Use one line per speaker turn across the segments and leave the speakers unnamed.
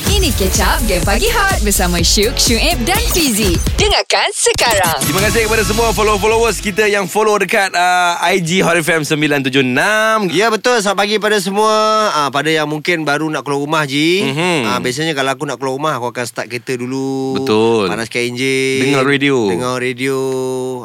Ini Catch Up Game Pagi Hot bersama Syuk, Syuib dan Fizi. Dengarkan sekarang.
Terima kasih kepada semua follow-followers kita yang follow dekat uh, IG Hot FM 976.
Ya betul Selamat pagi pada semua ah, Pada yang mungkin baru nak keluar rumah Ji
Mhm.
ah, Biasanya kalau aku nak keluar rumah Aku akan start kereta dulu
Betul.
Panaskan enjin
Dengar radio.
Dengar radio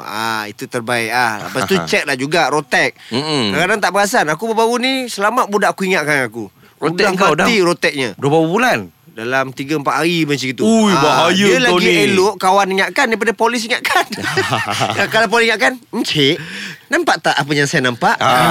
ah, Itu terbaik ah. Lepas tu check lah juga Rotek
Mm-mm.
Kadang-kadang tak perasan Aku baru-baru ni Selamat budak aku ingatkan aku
Rotek
Udah
kau dah-
mati roteknya
Dah berapa bulan?
Dalam 3-4 hari macam itu
Ui, bahaya
Dia
kau
lagi
ni.
elok Kawan ingatkan Daripada polis ingatkan Ya, Kalau polis ingatkan Encik Nampak tak apa yang saya nampak
Ah.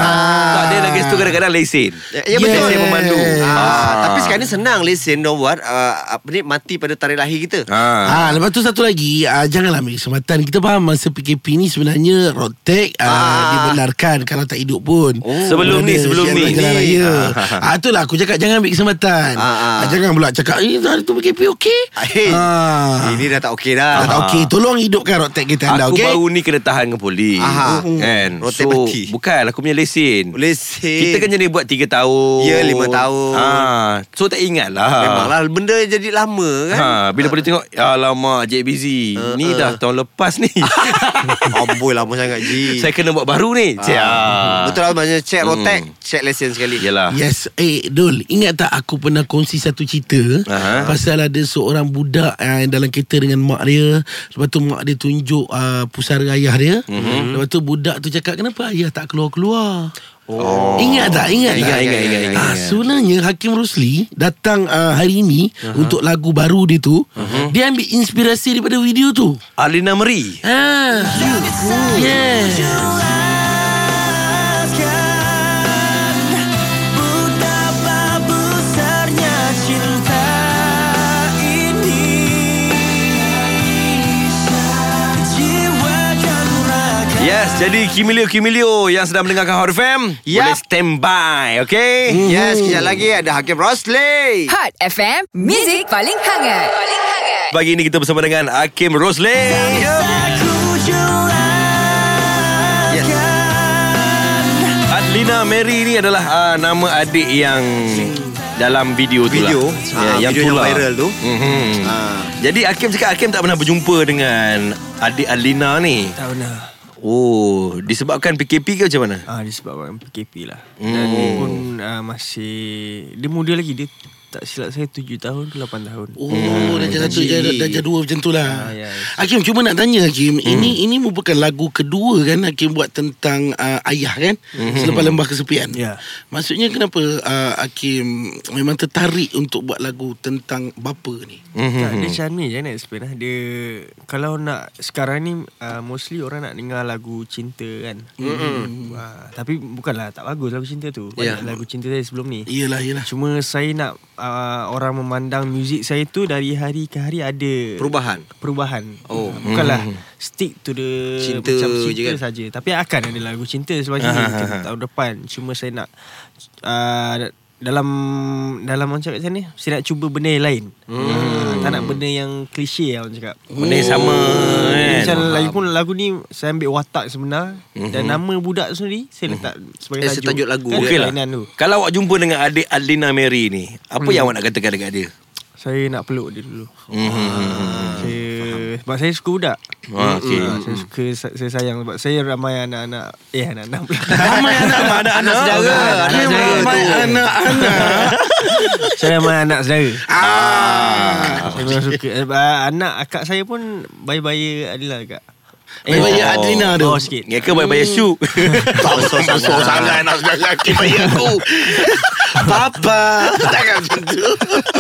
Tak, dia lagi situ kadang-kadang lesen.
Ya, ya betul
Lesen pemandu.
ah.
Ah.
Tapi sekarang ni senang Lesen dia buat ah, Apa ni Mati pada tarikh lahir kita
Ah.
Ah, lepas tu satu lagi ah, Janganlah ambil kesempatan Kita faham masa PKP ni sebenarnya Rotek ah,
Ah.
dibenarkan Kalau tak hidup pun oh,
Sebelum ni, sebelum ni.
Raya. Ah. itulah aku cakap Jangan ambil kesempatan
Ah, ah.
ah, Jangan pula cakap Eh hari tu PKP okey
Eh,
Ah.
Ini dah tak okey dah
Tak okey Tolong hidupkan rotek kita anda
Aku
okey
baru ni kena tahan dengan polis.
Kan, Aha.
Kan?
Rotek
so,
mati.
bukan aku punya lesen.
Lesen
Kita kan jadi buat 3 tahun.
Ya, lima tahun.
Ah, so tak ingat lah.
Memanglah benda jadi lama kan
Ha, bila boleh tengok Alamak Jack busy uh, Ni dah tahun lepas ni
Amboi Ah, lama sangat Ji
Saya kena buat baru ni Cik ah.
Betul lah Maksudnya check
Hmm.
rotek Check lesen sekali
Yelah
Yes Eh Dul Ingat tak aku pernah kongsi satu cerita
Aha.
Pasal ada seorang budak uh, Dalam kereta dengan mak dia Lepas tu mak dia tunjuk uh, Pusara ayah dia
Mhm.
mm-hmm. Lepas tu budak tu cakap Kenapa ayah tak keluar-keluar Oh. Ingat tak? Ingat,
Ingat,
tak?
ingat, ingat, ingat, ingat.
Ah, sebenarnya Hakim Rusli datang uh, hari ini uh-huh. untuk lagu baru dia tu. Uh-huh.
Mhm.
Dia ambil inspirasi daripada video tu.
Alina Meri
Ah. Yes.
Yes, jadi Kimilio-Kimilio yang sedang mendengarkan Hot FM
Yap.
Boleh stand by, okay?
Yes kejap lagi Ada Hakim Rosli
Hot FM, Music paling hangat. Paling hangat.
Pagi ini kita bersama dengan Hakim Rosli
Yes
Adlina Mary ni adalah uh, nama adik yang dalam video tu
Video
lah
Ah,
Ya,
Video yang
tular.
viral tu
Mhm.
Ah.
Jadi Hakim cakap Hakim tak pernah berjumpa dengan adik Adlina ni
Tak pernah
Oh, disebabkan PKP ke macam mana?
ah, Disebabkan PKP lah
Hmm.
Dan dia pun ah, masih Dia muda lagi Dia tak silap saya 7 tahun ke 8 tahun
Oh, hmm. darjah satu, darjah, darjah dua macam tu lah.
Ah, ya.
Hakim, cuma nak tanya Hakim. Ini ini merupakan lagu kedua kan Hakim buat tentang uh, ayah kan? Hmm. Selepas Lembah Kesepian.
Ya.
Maksudnya kenapa uh, Hakim memang tertarik untuk buat lagu tentang bapa ni?
Mhm.
Tak, dia macam ni je nak explain lah Dia Kalau nak Sekarang ni uh, Mostly orang nak dengar lagu cinta kan
Mhm,
mm-hmm. uh, Tapi bukanlah Tak bagus lagu cinta tu Banyak yeah.
Ya.
lagu cinta saya sebelum ni
Iyalah, iyalah.
Cuma saya nak uh, Orang memandang muzik saya tu Dari hari ke hari ada
Perubahan
perubahan.
Oh.
bukanlah stick to the
Cinta
macam
je
cinta
kan?
saja. Tapi akan ada lagu cinta sebagainya
Ah,
mungkin
ah, ah.
tahun depan. Cuma saya nak uh, dalam dalam orang cakap macam ni, saya nak cuba benda yang lain. Hmm. Tak nak benda yang klise lah orang cakap.
Oh,
Ah,
Benda yang Oh, sama kan?
Macam lagi pun lagu ni saya ambil watak sebenar dan nama budak tu sendiri saya letak sebagai
Mhm. Eh, saya tajuk lagu
Kan
dia.
Okey lah.
kelainan tu. Hmm.
Kalau awak jumpa dengan adik Adlina Mary ni, apa yang awak nak katakan dekat dia?
Saya nak peluk dia dulu.
Mhm.
Ah.
Saya sebab saya suka budak.
Ah, okey.
Ah, saya suka sa- saya sayang sebab saya ramai anak-anak eh anak-anak pula.
Ramai anak-anak.
Anak-anak
saudara.
Anak-anak
Memang
saudara
Ramai
tu.
anak-anak.
saya ramai anak saudara.
Ah.
Saya memang suka Ah, anak akak saya pun bayi-bayi adalah akak.
Bayi-bayi Adlina tu.
Oh sikit.
Ngeka bayar-bayar syuk
Tak usah-usah sangat nak sebenarnya Hakim bagi aku. Papa. Jangan macam tu.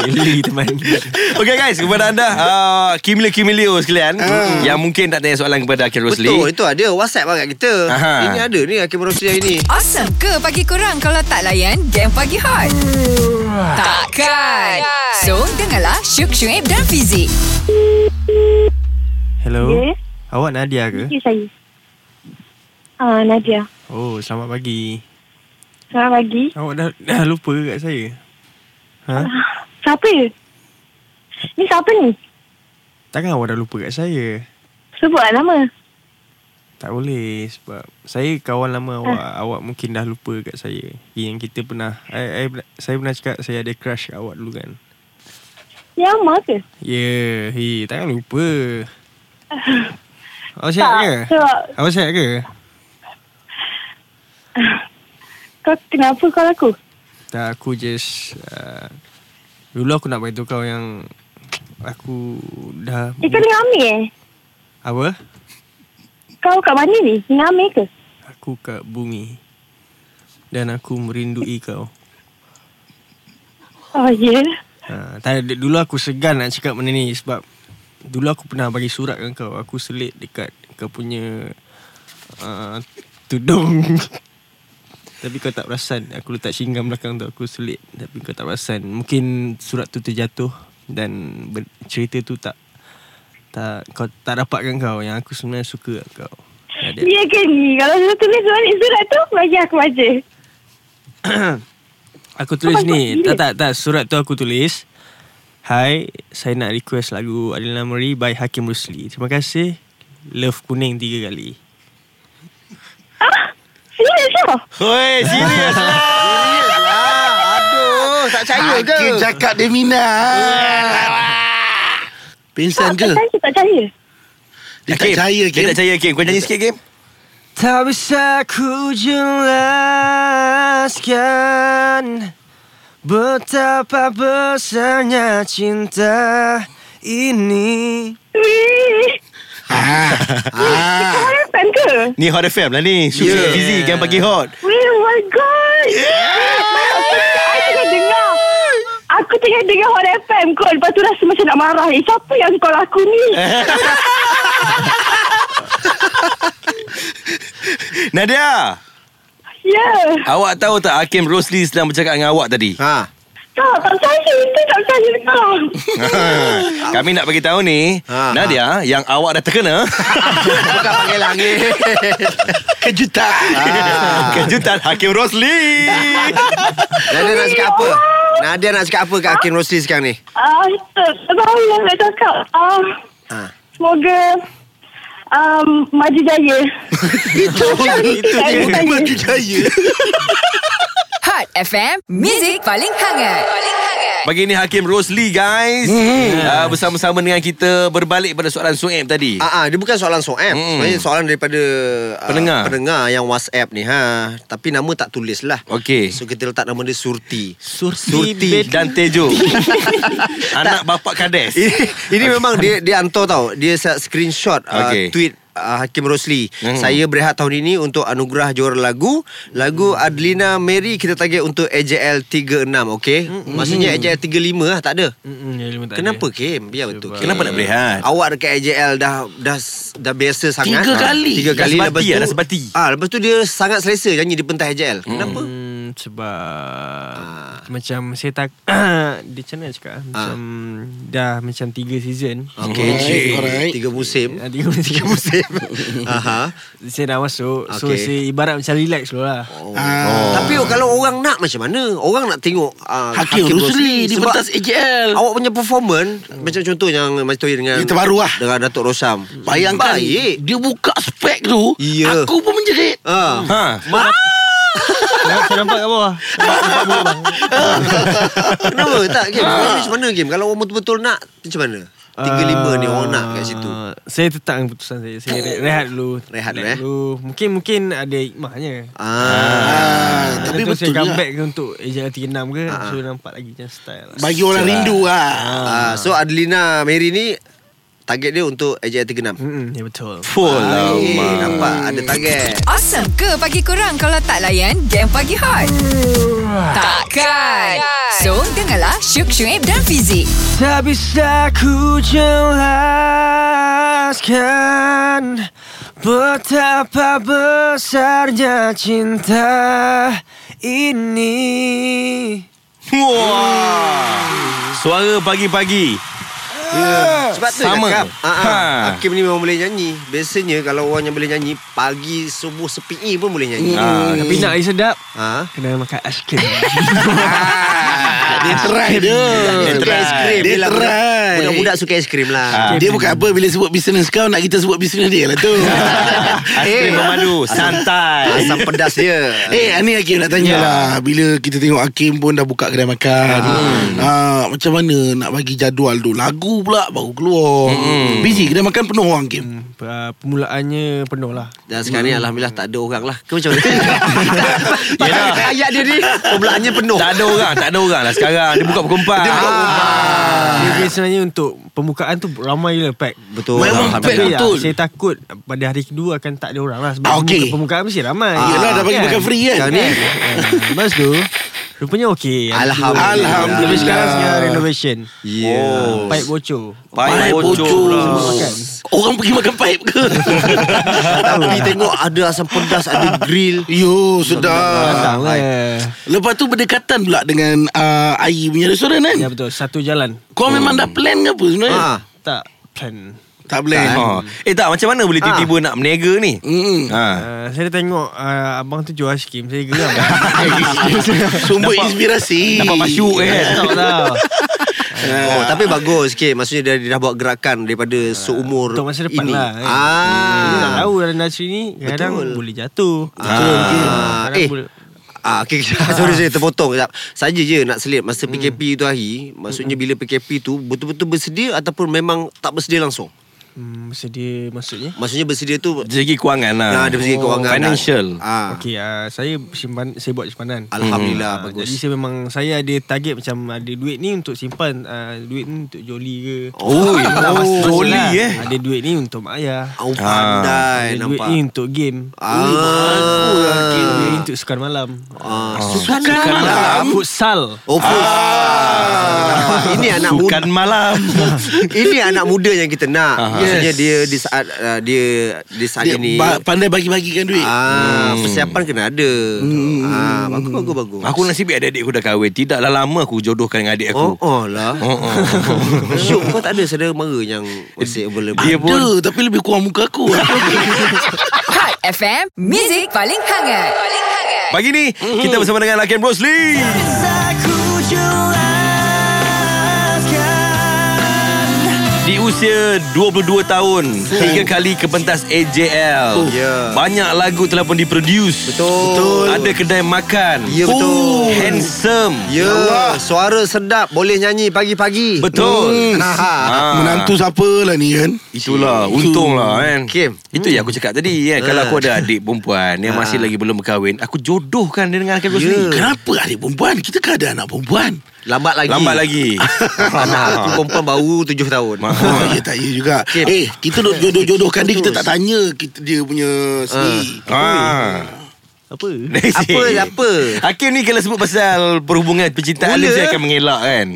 Geli teman.
Okay guys Kepada anda uh, Kimilio-kimilio sekalian Yang mungkin tak tanya soalan Kepada Akhil Rosli
Ah. Betul itu ada WhatsApp lah kat kita
Aha.
Ini ada ni Hakim Rosli hari ni
Awesome ke pagi kurang kalau tak layan Game Pagi Hot? Takkan. So, dengarlah Syuk, Syuib dan Fizi.
Hello.
Ya.
Awak Nadia ke?
Ya saya Ah Nadia
Oh, selamat pagi.
Selamat pagi
Awak dah, dah lupa kat saya. Ha?
Siapa ya? Ni siapa ni?
Takkan awak dah lupa kat saya?
Sebut lah nama
Tak boleh sebab saya kawan
Ah.
lama awak. Awak mungkin dah lupa kat saya. Yang kita pernah I, I, saya pernah cakap saya ada crush kat awak dulu kan.
Lama ke?
Ya, yeah, takkan lupa. Awak sihat
Tak,
ke?
sebab
Awak sihat ke?
kau kenapa kau aku?
Tak, aku just... Uh, dulu aku nak beritahu kau yang... Aku dah...
Eh, kau dengan Amir eh?
Apa?
Kau kat mana ni? Dengan Amir ke?
Aku kat bumi. Dan aku merindui kau.
Oh, ya. Yeah.
Ha, tak, d- dulu aku segan nak cakap benda ni sebab dulu aku pernah bagi surat kan kau. Aku selit dekat kau punya uh, tudung. Tapi kau tak perasan Aku letak singgah belakang tu Aku selit Tapi kau tak perasan Mungkin surat tu terjatuh Dan ber- cerita tu tak tak kau tak dapatkan kau yang aku sebenarnya suka kat kau. Ada.
Ya ke ni? Kalau dia tulis balik surat tu, bagi aku baca.
Aku tulis
Abang
ni
buat
Tak tak tak Surat tu aku tulis Hai Saya nak request lagu Adil Namri By Hakim Rusli Terima kasih Love kuning tiga kali
Ah, Serius lah.
Hoi, serius lah.
Aduh, tak percaya ke?
Hakim cakap dia minat. Pingsan ke?
Tak percaya, tak percaya.
Dia tak percaya
Dia tak
Hakim.
percaya Kim. Kau nyanyi sikit Kim.
Tak bisa ku jelaskan Betapa besarnya cinta ini
Weh,
Ah.
kau harapkan ke?
Ni Hot FM lah ni.
Ya.
Super yeah. busy kan pagi hot.
Weh, oh my God. Aku tengah dengar. Aku tengah dengar Hot FM kau. Lepas tu rasa macam nak marah. Eh, siapa yang call aku ni?
Nadia,
Ya. Yeah.
awak tahu tak Hakim Rosli sedang bercakap dengan awak tadi?
Ha.
Tak, tak percaya. Itu tak percaya kau.
Ah.
Kami nak bagi tahu ni,
Ha,
Nadia yang awak dah terkena
Bukan panggil lah, langit.
Kejutan.
Ah.
kejutan Hakim Rosli.
Nadia Lah, nak cakap apa? Nadia nak cakap apa kat Hakim Rosli sekarang ni?
Ah, tak tak tahu yang nak cakap. Ah,
Ha.
semoga um, maju jaya. itu, itu
Bagi jaya.
Hot FM, Music paling hangat. Paling hangat.
Pagi ni Hakim Rosli guys.
Hmm.
Uh, bersama-sama dengan kita berbalik pada soalan Sueb tadi.
Ah, ah, dia bukan soalan soal.
Mm.
Mm. Sebenarnya soalan daripada ah,
Pendengar.
pendengar yang WhatsApp ni ha. Tapi nama tak tulis lah.
Okey.
So kita letak nama dia Surti.
Surti,
Surti dan Tejo. Anak bapa Kades.
Ini, ini memang dia dia hantar tau. Dia se- screenshot
Okey.
okay. uh, tweet uh, Hakim Rosli.
Hmm.
Saya berehat tahun ini untuk anugerah juara lagu. Lagu Adlina Mary kita target untuk AJL 36, okey? Maksudnya AJL 35 lah, tak ada.
Mm-mm, ya, lima tak
Kenapa
ada.
Kim? Biar betul. Kim.
Kenapa nak berehat?
Awak dekat AJL dah dah dah biasa sangat.
Tiga
Ah,
kali.
Tiga
Dah
kali
sebati
lepas
lah,
tu.
dah sebati.
Ah, lepas tu dia sangat selesa nyanyi di pentas AJL. Kenapa?
Hmm, sebab
Ah.
macam saya tak dia macam mana nak cakap ah? macam dah macam tiga season.
Okay,
Alright.
tiga musim.
Ah, Tiga tiga musim.
Aha.
saya dah masuk. So
Okay. Oh,
saya ibarat macam relax dulu lah.
Ah.
Tapi kalau orang nak macam mana? Orang nak tengok uh,
Hakim Rosli di
sebab
pentas AJL.
awak punya performance macam contoh yang Mas Toy dengan
Yang terbaru lah.
dengan Datuk Rosam.
Bayangkan
Baik.
kan eh, dia buka spek tu,
Ya.
aku pun menjerit.
Ah.
Ha.
Nampak- Saya nampak kat bawah. Ha.
Kenapa tak game? Macam mana game? Kalau orang betul-betul nak macam mana? 35 ni orang nak kat situ.
Ah, Saya tetap dengan keputusan saya. Saya re- rehat dulu.
Rehat dulu, eh?
dulu. Mungkin mungkin ada hikmahnya.
Ah.
Ah, tapi
Lepas tu
betul
saya
juga.
comeback ke untuk AJL 36 ke So nampak lagi macam style lah.
Bagi orang rindu lah.
Ha.
ah. So Adelina Mary ni target dia untuk AJL 36.
Mm-mm, Ya betul
Full lah.
Eh, nampak ada target.
Awesome ke pagi korang kalau tak layan game pagi hot? Takkan. So, dengarlah Syuk Syuib dan Fizik.
Tak bisa ku jelaskan Betapa besarnya cinta ini
Wah. Suara pagi-pagi.
Ah,
Ya.
Sebab tu
Sama.
cakap ah,
Ha.
ah, Hakim ni memang boleh nyanyi Biasanya kalau orang yang boleh nyanyi Pagi subuh sepi Ah, Hmm. pun boleh nyanyi
Ha,
Tapi nak lagi sedap
Ah.
Kena makan ice cream
Ah.
Dia try dia
Dia suka
try.
aiskrim
Dia
Yelah, budak-
try.
Budak-budak suka aiskrim lah
Dia bukan apa Bila sebut bisnes kau Nak kita sebut bisnes dia lah tu
Aiskrim
Eh.
bermadu Santai
Asam pedas dia
Eh ni Hakim nak tanya lah Bila kita tengok Hakim pun Dah buka kedai makan Ah, Macam mana Nak bagi jadual tu Lagu pula Baru keluar Busy kedai makan penuh orang Hakim
uh, Permulaannya penuh lah
Dan sekarang ni Alhamdulillah tak ada orang lah Kau macam mana? Hmm. Yelah Ayat dia ni Pembelaannya penuh
Tak ada orang Tak ada orang lah sekarang Dia buka Ah. pukul 4 Dia buka
Dia punya sebenarnya untuk Pembukaan tu ramai je lah pack
Betul
Memang pack.
Tapi
Alhamdulillah.
lah,
Betul.
saya takut pada hari kedua akan tak ada orang lah Sebab
Ah, okey.
pembuka- pembukaan mesti ramai
Ah, Yelah, dah bagi
kan?
makan free kan?
Sekarang ni ah, Lepas tu Rupanya okey
Alhamdulillah.
Tapi sekarang
Alhamdulillah.
sekarang renovation
Yeah.
oh. Pipe bocor
Paip bocor lah.
Orang pergi makan pipe ke
Tapi tengok ada asam pedas Ada grill
Yo sedap
Datang lah
Lepas tu berdekatan pula Dengan uh, air punya restoran kan
Ya betul Satu jalan
Kau memang dah plan ke apa sebenarnya
ha.
Tak plan
Ah, Tak plan
Ha. Eh tak macam mana boleh tiba-tiba nak meniaga ni
Mm.
Ha.
Uh, saya dah tengok uh, abang tu jual ice cream Saya geram
Sumber
Dapat-
inspirasi
Dapat masuk eh
Tak lah
Oh,
Ah.
tapi bagus sikit Maksudnya dia, dia dah buat gerakan Daripada seumur
Untuk masa depan
ini.
lah, eh. Kita tak
ah.
tahu dalam industri ni Kadang
Betul.
boleh jatuh
Ah,
Kadang
eh.
boleh-
Ah, okay, okay. sorry saya terpotong sekejap. Saja je nak selit masa
Hmm.
PKP tu hari, maksudnya bila PKP tu betul-betul bersedia ataupun memang tak bersedia langsung.
Hmm, bersedia maksudnya
Maksudnya bersedia tu
Dari segi kewangan lah
ah, dari segi
Oh,
kewangan.
Financial
Ah. Okay.
Okey, uh, saya simpan saya buat simpanan.
Alhamdulillah
Ah,
bagus.
Jadi saya memang saya ada target macam ada duit ni untuk simpan, uh, duit ni untuk joli ke. Ah, lah.
Oi, oh,
joli, eh.
Ada duit ni untuk mak ayah.
Au pandai
ada duit
nampak.
ni untuk game.
Ah.
Ah. Ui, bagus lah game ni untuk sukan malam. Kan lah,
Ah,
Sukan malam
Futsal.
Oh, ah. Ini anak muda.
Bukan malam
Ini anak muda yang kita nak.
Aha.
Maksudnya dia di saat uh, dia di saat
Dia
ini
ba- pandai bagi-bagikan duit
ah persiapan kena ada. Ah bagus bagus bagus.
Hmm. Aku nasib baik adik-adik aku dah kahwin Tidaklah lama aku jodohkan dengan adik
Oh,
aku
oh lah.
Oh, oh.
Syuk kau tak ada saudara mara yang masih available.
Dia Ya pun
Ada Tapi lebih kurang muka aku
Hot FM, Music paling hangat. Paling hangat.
Pagi ni Kita bersama dengan Laken Rosli Di usia 22 tahun Tiga kali ke pentas AJL
Oh. Ya.
Banyak lagu telah pun diproduce
Betul. Betul.
Ada kedai makan
Ya betul.
Handsome
Ya, suara sedap boleh nyanyi pagi-pagi.
Betul.
Hmm. Ha.
Ah.
Menantu siapa lah ni kan
Itulah Untung lah kan
Kim.
Itu yang aku cakap tadi kan
Ah.
Kalau aku ada adik perempuan Yang masih lagi belum berkahwin Aku jodohkan dia dengan Laken Rosli
Ya.
Eh, Kenapa adik perempuan Kita kan ada anak perempuan
Lambat lagi.
Lambat lagi
Anak aku perempuan baru 7 tahun.
Ah.
Oh, ya tak ya juga
Kim.
Eh kita duk jodoh-jodohkan dia Kita tak tanya kita, Dia punya sendiri
Ah.
Apa?
Apa apa?
Hakim ni kalau sebut pasal perhubungan percintaan
Mula.
dia saya akan mengelak kan.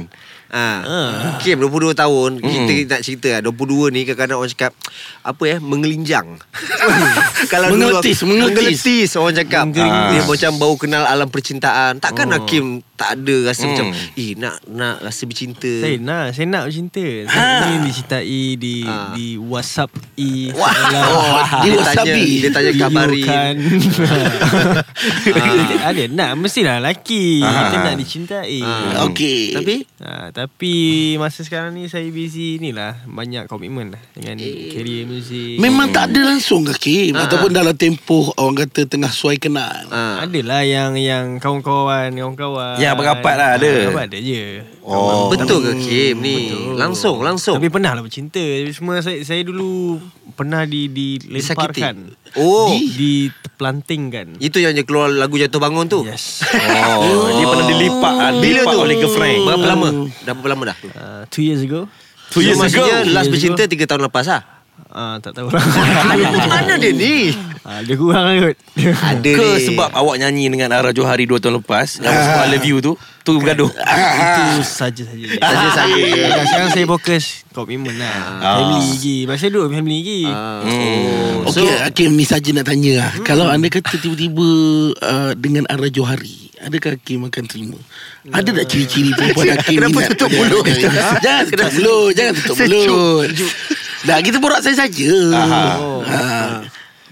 Ah.
Ha. Kim 22 tahun
Hmm.
Kita nak cerita lah 22 ni kadang-kadang orang cakap Apa ya Mengelinjang Kalau dulu
Mengeltis,
aku-
mengeltis.
Mengeltis orang cakap
Mengeltis.
Dia macam baru kenal alam percintaan
Oh.
Takkan Hakim Tak ada rasa macam Eh nak nak rasa bercinta
Hmm. Saya nak, saya nak bercinta. Saya ingin dicintai di
Ha. Ah.
di WhatsApp i.
Wah.
lah.
Oh, dia,
Dia
tanya,
wasabi.
dia tanya kabari
kan. Ah. Ada nak mestilah lelaki
Ah.
kita nak dicintai.
Ah.
Okey
Tapi
Ah, tapi masa sekarang ni saya busy ni lah banyak komitmen lah dengan eh. career muzik.
Memang tak ada langsung ke Kim
Ah,
Ataupun dalam tempoh Orang kata tengah suai kenal
ha.
Adalah yang yang kawan-kawan, kawan-kawan.
Yang berkapat lah ada.
Ah, Berkapat ada je.
Oh.
Betul ke Kim ni Langsung Langsung
Tapi pernah lah bercinta. Tapi semua saya, saya dulu pernah di
Disakiti
dilemparkan.
Oh
Di, diterpelantingkan.
Ya.
Itu yang dia keluar lagu Jatuh Bangun tu
Yes.
Oh, dia pernah dilipat, ah,
Bila
dilipat
tu?
oleh girlfriend.
Berapa lama? Dah berapa lama dah?
Uh, Hmm. two years ago.
Two years ago.
maksudnya
Two
last
years
bercinta
ago.
3 tahun lepas lah
Ah, tak tahu lah.
Mana dia ni?
ah, dia kurang lah kot.
Ada
Ke
ni.
sebab awak nyanyi dengan Ara Johari 2 tahun lepas
Ah.
Yang semua I love you tu Tu bergaduh
Itu saja-saja.
Saja-saja.
Dan Kan sekarang saya fokus komitmen lah.
Ah.
Family lagi. Masa dulu family lagi.
Oh,
Okey, so, Hakim ni saja nak tanya lah. Hmm. Kalau anda kata tiba-tiba uh, dengan arah Johari, adakah Hakim akan terima? Ada tak ciri-ciri perempuan Hakim
Ah. Kenapa
minat
tutup
pada
mulut?
Hakim? jangan tutup mulut, jangan tutup mulut. Dah, kita borak saya saja.
Oh.
Ha.
Ah.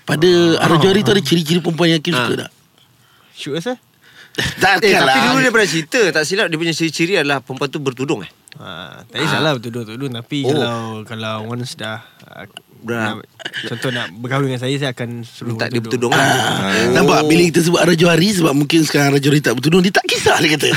Pada arah Johari tu ada ciri-ciri perempuan yang Hakim suka tak?
Shoot rasa?
Eh, tapi
Takkanlah.
dulu dia pernah cerita Tak silap dia punya ciri-ciri adalah Perempuan tu bertudung eh
Ha, tak kisah lah bertuduh-tuduh Tapi
Oh.
oh. kalau Kalau once dah ah,
Dah.
nak, Contoh nak berkahwin dengan saya Saya akan suruh
Minta dia bertudung lah
Oh. Nampak bila kita sebut Ara Johari Sebab mungkin sekarang Ara Johari tak bertudung Dia tak kisah dia kata
Ah.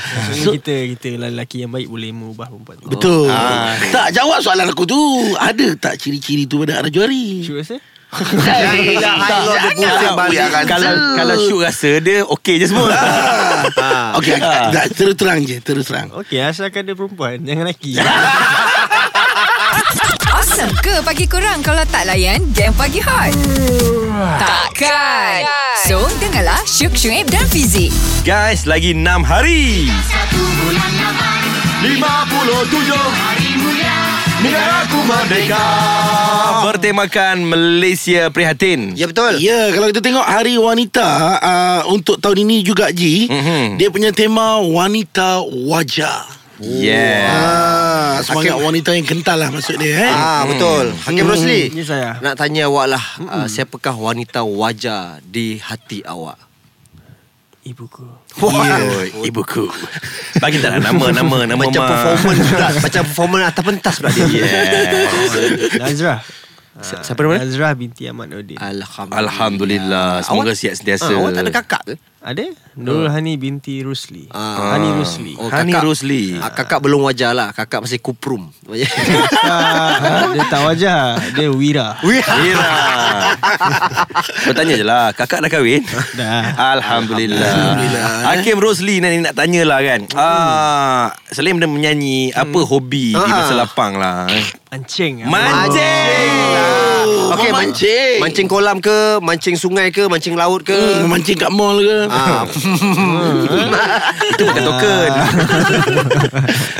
Maksudnya
So-
kita Kita lelaki yang baik Boleh mengubah perempuan tu
Betul
Ah,
Tak jawab soalan aku tu Ada tak ciri-ciri tu pada Ara Johari
Sure saya
Jangan
We are
balik
Kalau kalau shoot rasa dia okey je semua.
Ah.
Okey ah. tak, Terus terang je Terus terang
Okey asalkan dia perempuan Jangan lelaki
Awesome ke pagi korang kalau tak layan game pagi hot? Takkan. So, dengarlah Syuk Syuib dan Fizik.
Guys, lagi 6 hari. 57 Hari Mulia Negara aku merdeka Bertemakan Malaysia Prihatin
Ya betul
Ya kalau kita tengok Hari Wanita uh, Untuk tahun ini juga Ji
Mhm.
Dia punya tema Wanita Wajah
Yeah
Ah, semangat wanita yang kental lah maksud dia eh.
Ah betul Hakim
Hmm.
Rosli
Ini saya.
Nak tanya awak lah ah, Siapakah wanita wajah Di hati awak Ya.
Ibuku
Wah
Ibuku.
Bagi tak lah nama Nama nama
Oh. Macam
mak.
performance pula Macam performance atas pentas pula dia
Yes
Nazrah
Si- siapa nama dia? Ah.
Nazrah Ah. binti Ahmad Nordin
Alhamdulillah
Alhamdulillah Semoga
Awak-
sihat sentiasa
Ah, Awak tak ada kakak ke?
Ada Nurul Hani binti Rusli
Ah.
Hani Rusli
Oh,
Hani
kakak.
Rosli
Ah, kakak belum wajah lah Kakak masih kuprum
Tak, Ah, Dia tak wajah Dia Wira
Ira Bertanya je lah Kakak dah kahwin?
Dah.
Alhamdulillah
eh.
Hakim Rosli Nanti nak tanya lah kan ah, Selain benda menyanyi Apa hobi Di masa
Hmm. Ah.
lapang lah eh?
Mancing
Mancing
oh,
Okey, mancing.
Mancing kolam ke Mancing sungai ke Mancing laut ke
Hmm, memancing kat mall ke?
Ah,
Hmm. Itu bukan token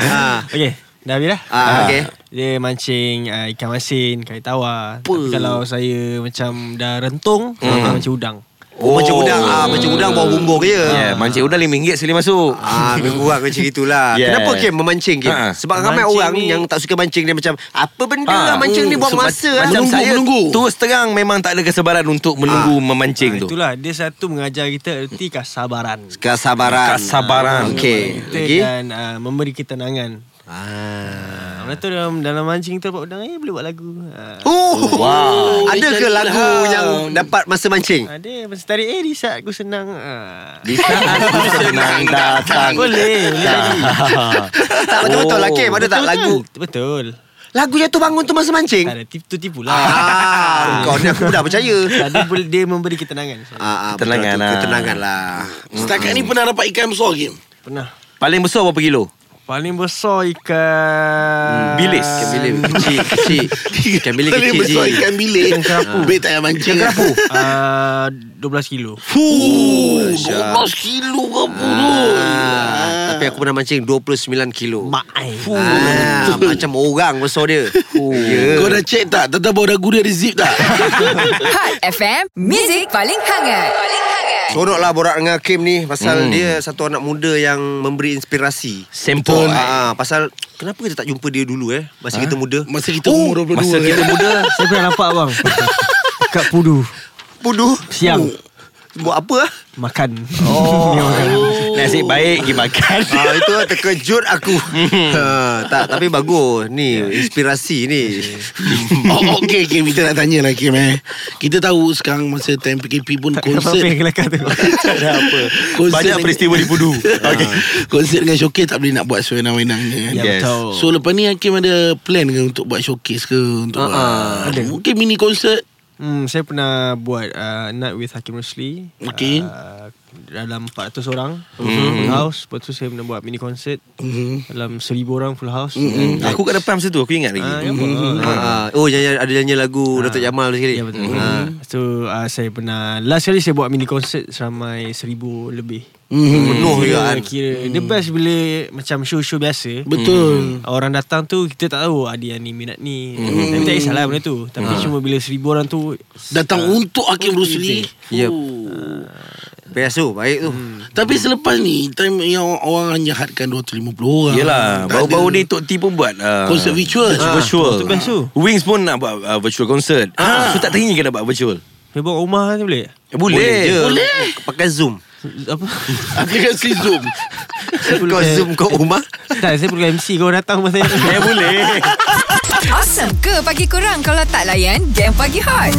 ah,
Okey Dah habis dah
ah, okay.
Dia mancing uh, ikan masin, kari tawar. Tapi kalau saya macam dah rentung, hmm. saya macam udang.
Oh, macam udang ah, Macam udang bawa bumbung je
Yeah, mancing udang RM5 sekali masuk
Ah, lebih
lah,
kurang macam itulah
Yes.
Ah, Kenapa Kim memancing Kim?
Ah.
Sebab ramai
Mancing
orang
ni-
yang tak suka mancing Dia macam Apa benda lah mancing ni buang
Sebab-
masa lah.
Ah, Macam
Menunggu,
saya
menunggu.
Terus terang memang tak ada kesebaran Untuk menunggu memancing tu
Itulah dia satu mengajar kita erti kesabaran. Ah,
Kesabaran
Kesabaran.
Okey
Kita
Lagi
dan uh, memberi ketenangan. Ah, mana tu dalam dalam mancing kita dapat udang eh boleh buat lagu. Ah.
Oh, wow. Ada ke lagu
Cari
lah.
ilham.
yang dapat masa mancing?
Ada masa tarik eh di saat aku senang. Ah.
Di saat aku senang datang
Boleh, boleh lagi.
tak betul-betul lah Kim Ada tak
Betul,
lagu
kan? Betul.
Lagu jatuh bangun tu masa mancing?
Tak ada tipu lah. tu tipulah.
Ah, kau ni aku dah percaya
Tadi boleh dia memberi ketenangan. Saya.
Ah, ah, betul
Ketenangan
tu,
lah.
Ketenangan lah
Setakat ni pernah dapat ikan besar game.
Pernah.
Paling besar berapa kilo?
Paling besar ikan
Hmm, Bilis.
Ah. Ikan bilik kecil Kecil Ikan bilik
Paling
kecil
besar
je.
ikan bilik. Baik tak payah mancing. Ikan kerapu.
uh, 12 kilo
Fuh, 12 Oh, kilo kerapu tu.
Ah, Tapi aku pernah mancing 29 kilo
Mak ai
ah, Macam orang besar dia
Kau
Ya
dah check tak? Tentang bawah dagu dia ada zip tak?
Hot FM, Music paling hangat. Paling hangat.
Sorok lah borak dengan Hakim ni Pasal dia satu anak muda yang memberi inspirasi
Sempol
Ah, pasal kenapa kita tak jumpa dia dulu eh masa kita muda?
Masa kita oh, umur 22.
Masa kita muda
Saya pernah nampak abang Kat Pudu
Bodoh.
Siang
Buat apa ah?
Makan Oh
Nasib baik pergi makan
Ah itu lah terkejut aku.
Hmm.
ha, tak tapi bagus ni
Ya.
inspirasi ni.
oh, okay, Kim. Kita nak tanya lah, Kim. Eh. Kita tahu sekarang masa time PKP pun
Tak kena apa-apa yang
konsert.
kelakar tu
Tak ada apa
Konsert
Banyak
ni-
peristiwa di Pudu
Okay. Konsert dengan showcase tak boleh nak buat sewenang-wenang je. kan?
Ya
Yes.
betul
So lepas ni Hakim ada plan ke untuk buat showcase ke untuk uh-uh.
ada.
mungkin mini concert
hmm, Saya pernah buat uh, Night with Hakim Rusli
Okay.
uh, Dalam 400 orang
Hmm.
Full house Lepas tu saya pernah buat mini concert
Mhm.
Dalam 1000 orang full house
Hmm, Aku kat depan Hmm, masa tu Aku ingat
Ah,
lagi
ya, apa?
Ha, oh nyanyi ada nyanyi lagu Datuk Jamal Mhm. sekali.
Ya betul. Ha. So uh, saya pernah last kali saya buat mini concert seramai seribu lebih.
mm-hmm.
Penuh juga
Kira,
kan.
kira the best bila macam show-show biasa.
Betul
Orang datang tu kita tak tahu ada yang ni minat ni. Hmm. Tapi tak kisahlah benda tu.
Ah.
Tapi cuma bila seribu orang tu
Datang untuk Hakim Rusli
Yep. Best tu, baik tu.
Hmm.
Tapi selepas ni Time yang orang hanya hadkan 250 orang
Yelah
Tak
Baru-baru
ada
ni Tok T pun buat ah,
Konsert virtual Ah.
Virtual Ah.
tu best tu.
Wings pun nak buat ah, virtual concert Aku tak teringin ke nak buat virtual
Saya buat rumah tu boleh?
Eh, Boleh,
je.
Boleh.
Ya, Pakai Zoom.
Apa
Aplikasi Zoom
Kau zoom kau rumah
Tak saya perlu MC Kau datang pasal
Eh boleh
Awesome ke pagi korang kalau tak layan game pagi hot?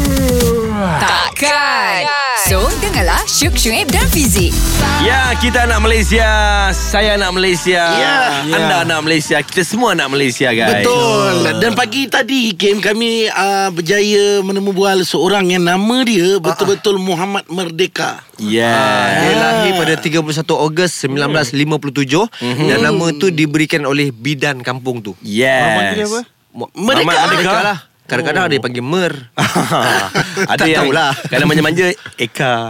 Takkan. So, dengarlah Syuk Syuib dan Fizik.
Ya kita anak Malaysia Saya anak Malaysia
Ya.
Anda anak Malaysia Kita semua anak Malaysia guys
Betul Dan pagi tadi Game kami uh, Berjaya menemu bual Seorang yang nama dia Betul-betul Muhammad Merdeka
Yeah
Dia
Ah.
lahir pada 31 Ogos 1957
Hmm.
Dan nama tu diberikan oleh bidan kampung tu
ya.
Abang dia
Yes
apa
Mu-
Merdeka.
Mamat Merdeka lah Kadang-kadang ada yang panggil mer
Ada
Tak
yang
tahulah.
Kadang manja-manja Eka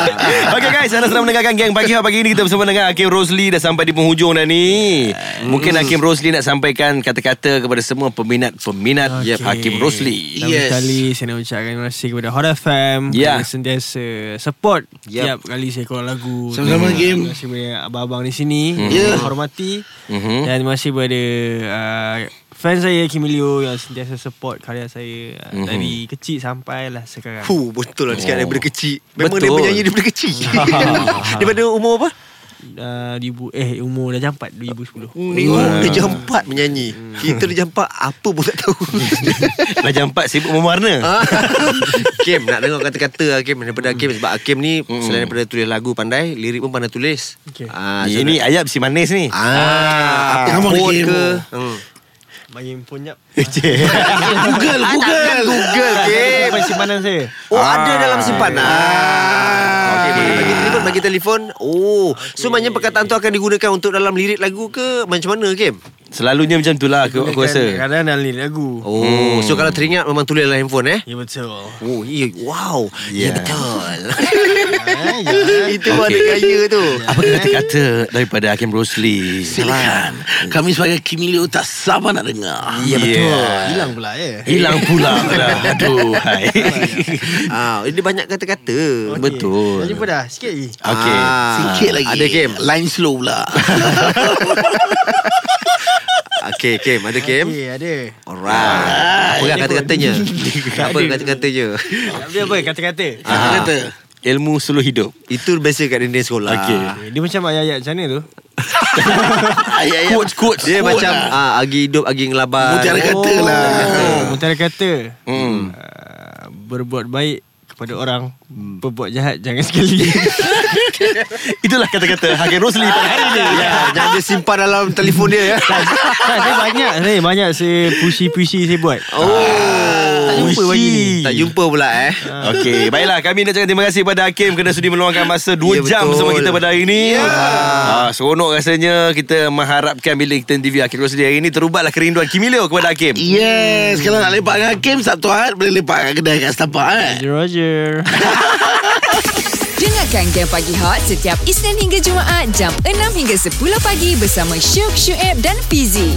Ah, ya. Okay guys Anda sedang mendengarkan Gang Pagi Hot Pagi ini kita bersama dengan Hakim Rosli Dah sampai di penghujung dah ni Mungkin Hakim Rosli nak sampaikan Kata-kata kepada semua peminat-peminat
Okey.
yep, Hakim Rosli
Lama
Yes.
sekali saya nak ucapkan terima kasih kepada Hot FM
Ya.
Kerana sentiasa support
Yep.
Tiap kali saya keluar lagu
Sama-sama, Kim.
Terima kasih kepada abang-abang di sini mm.
Ya.
Hormati
Mhm.
Dan terima kasih kepada uh, Fans saya Kimilio Yang sentiasa support karya saya uh,
Mhm.
Dari kecil sampailah sekarang
Fuh betul lah dia cakap daripada kecil Memang
Betul.
dia penyanyi daripada kecil Daripada umur apa?
uh, ribu, Eh umur dah jampat 2010
Hmm, Ni orang dia jam 4 menyanyi Kita dia jam 4 Apa pun tak tahu
Dah jam 4 sibuk mewarna
Ah. Hakim nak dengar kata-kata Hakim Daripada Hakim Sebab Hakim ni Selain daripada tulis lagu pandai Lirik pun pandai tulis
Okey.
ah, so
Ini ayat si manis ni
Ah,
Come on,
Quote
Hakim.
ke hmm.
Bagi punyap
Google Google
Google Hakim
Apa simpanan saya
Oh ada dalam simpanan okay.
Okey.
Bagi telefon Bagi telefon Oh So maknanya perkataan tu akan digunakan Untuk dalam lirik lagu ke Macam mana Hakim
Selalunya macam tu lah aku, aku rasa
Kadang-kadang dalam lirik lagu
Oh So kalau teringat Memang tulis dalam handphone eh
Ya betul
Oh ye, wow Ya
Yeah.
betul Itu pun ada gaya tu
Apa kata-kata daripada Hakim Rosli
Silakan Kami sebagai Kimilio Tak sabar nak dengar
Ya betul
Hilang pula ya
Hilang pula dah. Aduh
ah, Dia banyak kata-kata
Betul.
Dah jumpa dah Sikit lagi
Okay
Ah,
Sikit lagi
Ada Kim
Line slow pula
Okay Kim Ada Kim
Okey, ada.
Alright Apa kan kata-katanya Apa kata-katanya
Dia apa kata-kata?
Ah,
Kata
Ilmu suluh hidup
Itu biasa kat dunia sekolah
Okey.
Dia macam ayat-ayat macam mana tu?
Ayat-ayat
Quotes quotes
Dia macam ah, Agi hidup Agi ngelaban
Oh, ya. Mutiara kata lah
Oh, mutiara kata.
Hmm.
Uh, berbuat baik kepada orang, berbuat jahat jangan sekali.
Itulah kata-kata Hakim Rosli pada hari ini
Ya, Jangan dia simpan dalam telefon dia ya.
tak, saya Kan, banyak, saya banyak saya puisi-puisi saya buat. Ah,
Oh
tak jumpa pagi ni.
Tak jumpa pula eh
Okey, baiklah kami nak cakap terima kasih pada Hakim kerana sudi meluangkan masa 2
Ya,
jam
betul.
bersama kita pada hari ini. Ya. Ah, seronok rasanya kita mengharapkan bila kita TV Hakim Rosli hari ini terubatlah kerinduan Kimilio kepada Hakim.
Yes Kalau nak lepak dengan Hakim Sabtu Ahad Boleh lepak kat kedai kat setapak eh
Roger, Roger.
Dengarkan Game Pagi Hot setiap Isnin hingga Jumaat jam 6 hingga 10 pagi bersama Syuk Syuib dan Fizik.